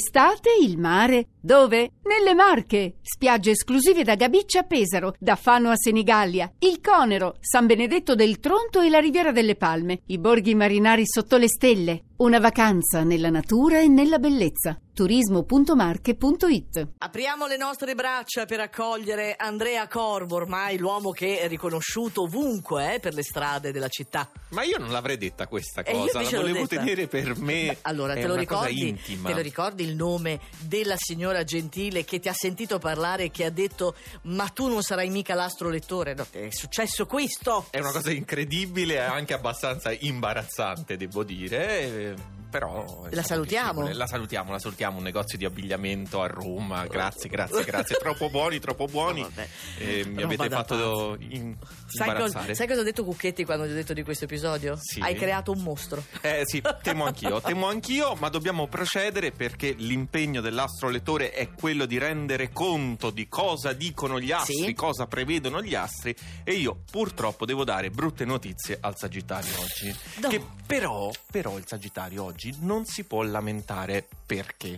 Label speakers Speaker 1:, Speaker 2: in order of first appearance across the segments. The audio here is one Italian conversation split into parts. Speaker 1: Estate il mare. Dove? Nelle Marche. Spiagge esclusive da Gabiccia a Pesaro, da Fano a Senigallia, il Conero, San Benedetto del Tronto e la Riviera delle Palme, i borghi marinari sotto le stelle. Una vacanza nella natura e nella bellezza. turismo.marche.it
Speaker 2: Apriamo le nostre braccia per accogliere Andrea Corvo, ormai l'uomo che è riconosciuto ovunque eh, per le strade della città.
Speaker 3: Ma io non l'avrei detta questa
Speaker 2: E Eh, io
Speaker 3: cosa, la
Speaker 2: invece l'ho
Speaker 3: volevo
Speaker 2: detta.
Speaker 3: tenere per me.
Speaker 2: Beh, allora,
Speaker 3: è
Speaker 2: te lo,
Speaker 3: una cosa
Speaker 2: ricordi,
Speaker 3: intima.
Speaker 2: te lo ricordi il nome della signora Gentile che ti ha sentito parlare e che ha detto ma tu non sarai mica l'astro lettore? No, è successo questo!
Speaker 3: È una cosa incredibile e anche abbastanza imbarazzante, devo dire. eh, Però insomma,
Speaker 2: La salutiamo?
Speaker 3: piacevole. La salutiamo, la salutiamo. Un negozio di abbigliamento a Roma. Grazie, grazie, grazie. troppo buoni, troppo buoni.
Speaker 2: Vabbè.
Speaker 3: Eh, mi
Speaker 2: Roba
Speaker 3: avete
Speaker 2: da
Speaker 3: fatto in-
Speaker 2: Sai, cos-
Speaker 3: imbarazzare.
Speaker 2: sai cosa ho detto Cucchetti quando gli ho detto di questo episodio?
Speaker 3: Sì.
Speaker 2: Hai creato un mostro.
Speaker 3: Eh sì, temo anch'io, temo anch'io, ma dobbiamo procedere perché l'impegno dell'astrolettore è quello di rendere conto di cosa dicono gli astri,
Speaker 2: Sì.
Speaker 3: cosa prevedono gli astri e io purtroppo devo dare brutte notizie al Sagittario oggi.
Speaker 2: No.
Speaker 3: Che però, però il Sagittario oggi non si può lamentare perché?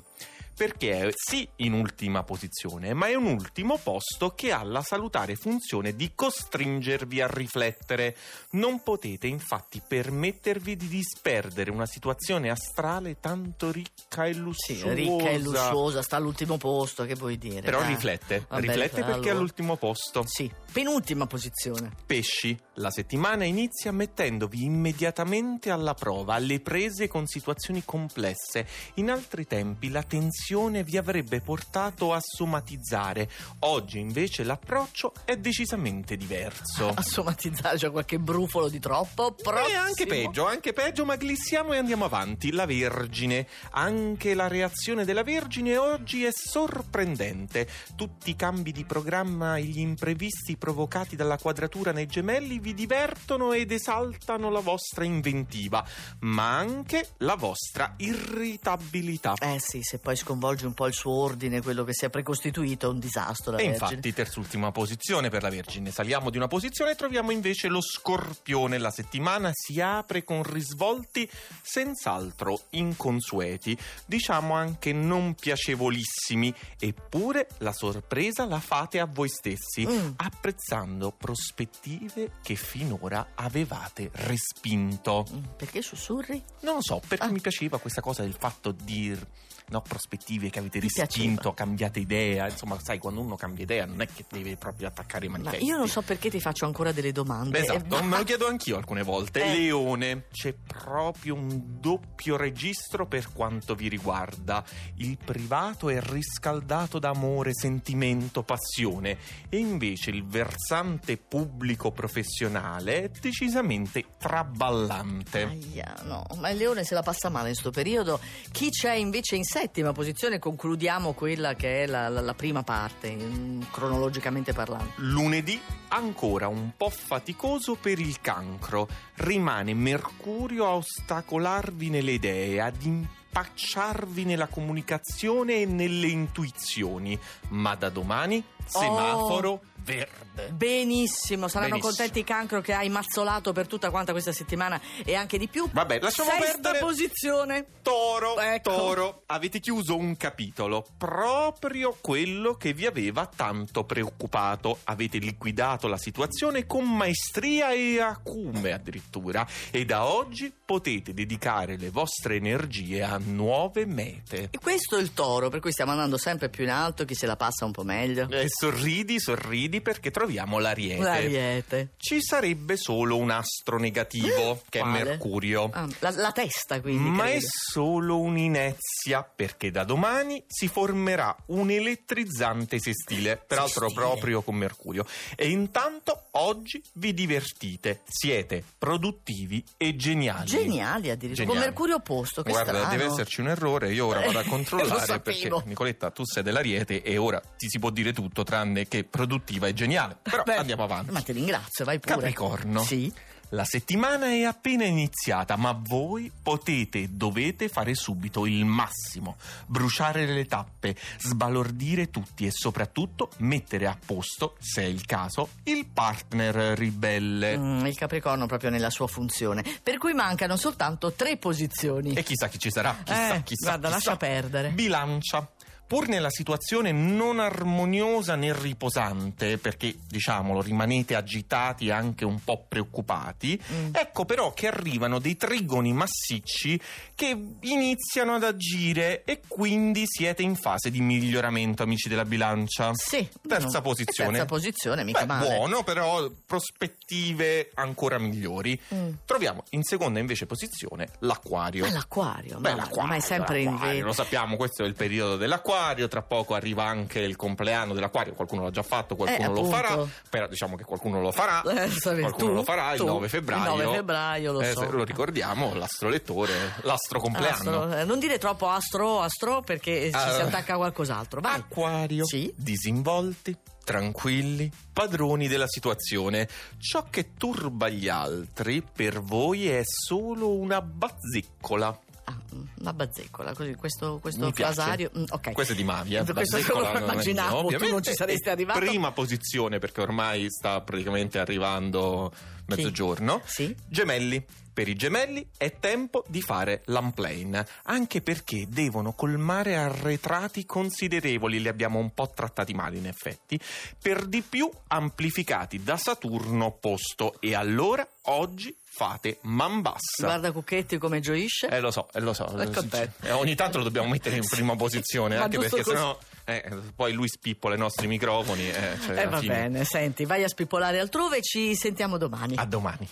Speaker 3: Perché è sì in ultima posizione, ma è un ultimo posto che ha la salutare funzione di costringervi a riflettere. Non potete infatti permettervi di disperdere una situazione astrale tanto ricca e
Speaker 2: Sì,
Speaker 3: lussuosa.
Speaker 2: ricca e lussuosa, sta all'ultimo posto, che vuoi dire?
Speaker 3: Però
Speaker 2: dai.
Speaker 3: riflette,
Speaker 2: Vabbè,
Speaker 3: riflette perché
Speaker 2: allora.
Speaker 3: è all'ultimo posto.
Speaker 2: Sì, penultima posizione.
Speaker 3: Pesci, la settimana inizia mettendovi immediatamente alla prova, alle prese con situazioni complesse. In altri tempi la tensione vi avrebbe portato a somatizzare, oggi invece l'approccio è decisamente diverso.
Speaker 2: A somatizzare, c'è qualche brufolo di troppo.
Speaker 3: Oh. E
Speaker 2: Prossimo.
Speaker 3: anche peggio, anche peggio, ma glissiamo e andiamo avanti. La Vergine. Anche la reazione della Vergine oggi è sorprendente. Tutti i cambi di programma e gli imprevisti provocati dalla quadratura nei gemelli vi divertono ed esaltano la vostra inventiva, ma anche la vostra irritabilità.
Speaker 2: Eh sì, se poi sconvolge un po' il suo ordine, quello che si è precostituito, è un disastro. La
Speaker 3: E
Speaker 2: Vergine.
Speaker 3: infatti, terz'ultima posizione per la Vergine. Saliamo di una posizione e troviamo invece lo Scorpione. La settimana si apre con risvolti senz'altro inconsueti, diciamo anche non piacevolissimi, eppure la sorpresa la fate a voi stessi,
Speaker 2: Mm.
Speaker 3: apprezzando prospettive che finora avevate respinto.
Speaker 2: Mm, Perché sussurri?
Speaker 3: Non lo so, perché
Speaker 2: Ah.
Speaker 3: mi piaceva questa cosa del fatto di no, prospettive che avete
Speaker 2: Ti
Speaker 3: respinto, cambiate idea. Insomma, sai, quando uno cambia idea non è che deve proprio attaccare i
Speaker 2: Ma
Speaker 3: manifesti.
Speaker 2: io non so perché ti faccio ancora delle domande.
Speaker 3: Esatto,
Speaker 2: Eh,
Speaker 3: me lo chiedo anch'io alcune volte.
Speaker 2: Eh.
Speaker 3: Leone, c'è proprio un doppio registro per quanto vi riguarda. Il privato è riscaldato da amore, sentimento, passione e invece il versante pubblico professionale è decisamente traballante.
Speaker 2: Aia, no, ma il leone se la passa male in sto periodo. Chi c'è invece in settima posizione? Concludiamo quella che è la, la- la prima parte, mm, cronologicamente parlando.
Speaker 3: Lunedì ancora un po' faticoso per il cancro. Rimane Mercurio a ostacolarvi nelle idee, ad impacciarvi nella comunicazione e nelle intuizioni. Ma da domani semaforo verde.
Speaker 2: Eh, Benissimo, saranno
Speaker 3: Benissimo.
Speaker 2: contenti i cancro che hai mazzolato per tutta quanta questa settimana e anche di più.
Speaker 3: Vabbè, lasciamo
Speaker 2: Sesta
Speaker 3: perdere.
Speaker 2: posizione.
Speaker 3: Toro,
Speaker 2: Ecco.
Speaker 3: toro, avete chiuso un capitolo, proprio quello che vi aveva tanto preoccupato. Avete liquidato la situazione con maestria e acume addirittura e da oggi potete dedicare le vostre energie a nuove mete.
Speaker 2: E questo è il toro, per cui stiamo andando sempre più in alto, chi se la passa un po' meglio.
Speaker 3: E sorridi, sorridi perché troviamo l'ariete.
Speaker 2: L'ariete.
Speaker 3: Ci sarebbe solo un astro negativo, che
Speaker 2: Eh, Quale?
Speaker 3: è Mercurio.
Speaker 2: Ah, la, la testa quindi.
Speaker 3: Ma è
Speaker 2: credo.
Speaker 3: solo un'inezia, perché da domani si formerà un elettrizzante sestile, peraltro
Speaker 2: Sestile.
Speaker 3: proprio con Mercurio. E intanto oggi vi divertite, siete produttivi e geniali.
Speaker 2: Geniali addirittura. Con
Speaker 3: Geniali.
Speaker 2: Mercurio opposto, che
Speaker 3: Guarda,
Speaker 2: strano.
Speaker 3: deve esserci un errore, io ora vado a
Speaker 2: Lo
Speaker 3: controllare
Speaker 2: sapevo.
Speaker 3: perché Nicoletta tu sei dell'Ariete e ora ti si può dire tutto tranne che produttiva e geniale. Però
Speaker 2: Beh,
Speaker 3: andiamo avanti.
Speaker 2: Ma ti ringrazio, vai pure.
Speaker 3: Capricorno.
Speaker 2: Sì.
Speaker 3: La settimana è appena iniziata, ma voi potete e dovete fare subito il massimo, bruciare le tappe, sbalordire tutti e soprattutto mettere a posto, se è il caso, il partner ribelle.
Speaker 2: Mm, il Capricorno proprio nella sua funzione. Per cui mancano soltanto tre posizioni.
Speaker 3: E chissà chi ci sarà, Eh, chissà,
Speaker 2: Eh,
Speaker 3: chissà.
Speaker 2: guarda,
Speaker 3: chissà.
Speaker 2: lascia perdere.
Speaker 3: Bilancia. Pur nella situazione non armoniosa né riposante, perché diciamolo, rimanete agitati e anche un po' preoccupati,
Speaker 2: Mm.
Speaker 3: ecco però che arrivano dei trigoni massicci che iniziano ad agire e quindi siete in fase di miglioramento, amici della bilancia.
Speaker 2: Sì.
Speaker 3: Terza
Speaker 2: Mm.
Speaker 3: posizione.
Speaker 2: Terza posizione, mica
Speaker 3: Beh,
Speaker 2: male.
Speaker 3: buono, però prospettive ancora migliori.
Speaker 2: Mm.
Speaker 3: Troviamo in seconda invece posizione l'acquario.
Speaker 2: Ma l'acquario,
Speaker 3: Beh,
Speaker 2: Ah, ma, ma è sempre in
Speaker 3: l'acquario, Lo sappiamo, questo è il periodo dell'acquario, tra poco arriva anche il compleanno dell'acquario, qualcuno l'ha già fatto, qualcuno lo
Speaker 2: Eh, appunto.
Speaker 3: farà, però diciamo che qualcuno lo farà,
Speaker 2: Eh, lo sapevi
Speaker 3: Ah, qualcuno
Speaker 2: tu,
Speaker 3: lo farà
Speaker 2: tu,
Speaker 3: il 9
Speaker 2: il
Speaker 3: febbraio.
Speaker 2: 9 febbraio, lo
Speaker 3: Eh,
Speaker 2: so.
Speaker 3: se lo ricordiamo, l'astrolettore, l'astro compleanno.
Speaker 2: Astro- eh, non dire troppo astro, astro, perché eh, ci si
Speaker 3: Ah.
Speaker 2: attacca a qualcos'altro. Vai.
Speaker 3: Acquario,
Speaker 2: Sì.
Speaker 3: disinvolti, tranquilli, padroni della situazione. Ciò che turba gli altri per voi è solo una bazziccola.
Speaker 2: Ah, mm, una bazzeccola, così, questo, questo
Speaker 3: Mi piace.
Speaker 2: frasario. mm, ok.
Speaker 3: Questo è di Mavia.
Speaker 2: Per questo
Speaker 3: Bazzeccola
Speaker 2: non lo
Speaker 3: non è
Speaker 2: immaginavo,
Speaker 3: mio,
Speaker 2: tu
Speaker 3: ovviamente.
Speaker 2: non ci saresti
Speaker 3: E
Speaker 2: arrivato.
Speaker 3: Prima posizione, perché ormai sta praticamente arrivando mezzogiorno.
Speaker 2: Sì.
Speaker 3: Gemelli. Per i gemelli è tempo di fare l'unplane, anche perché devono colmare arretrati considerevoli, li abbiamo un po' trattati male in effetti, per di più amplificati da Saturno opposto e allora oggi fate Mambassa.
Speaker 2: Guarda Cucchetti come gioisce.
Speaker 3: Eh lo so, eh, lo so.
Speaker 2: È contento.
Speaker 3: Eh, ogni tanto lo dobbiamo mettere in prima posizione,
Speaker 2: Ma
Speaker 3: anche
Speaker 2: giusto
Speaker 3: perché
Speaker 2: così.
Speaker 3: sennò eh, poi lui spippola i nostri microfoni. Eh, cioè,
Speaker 2: Eh,
Speaker 3: alla
Speaker 2: va
Speaker 3: fine.
Speaker 2: bene, senti, vai a spippolare altrove, ci sentiamo domani.
Speaker 3: A domani.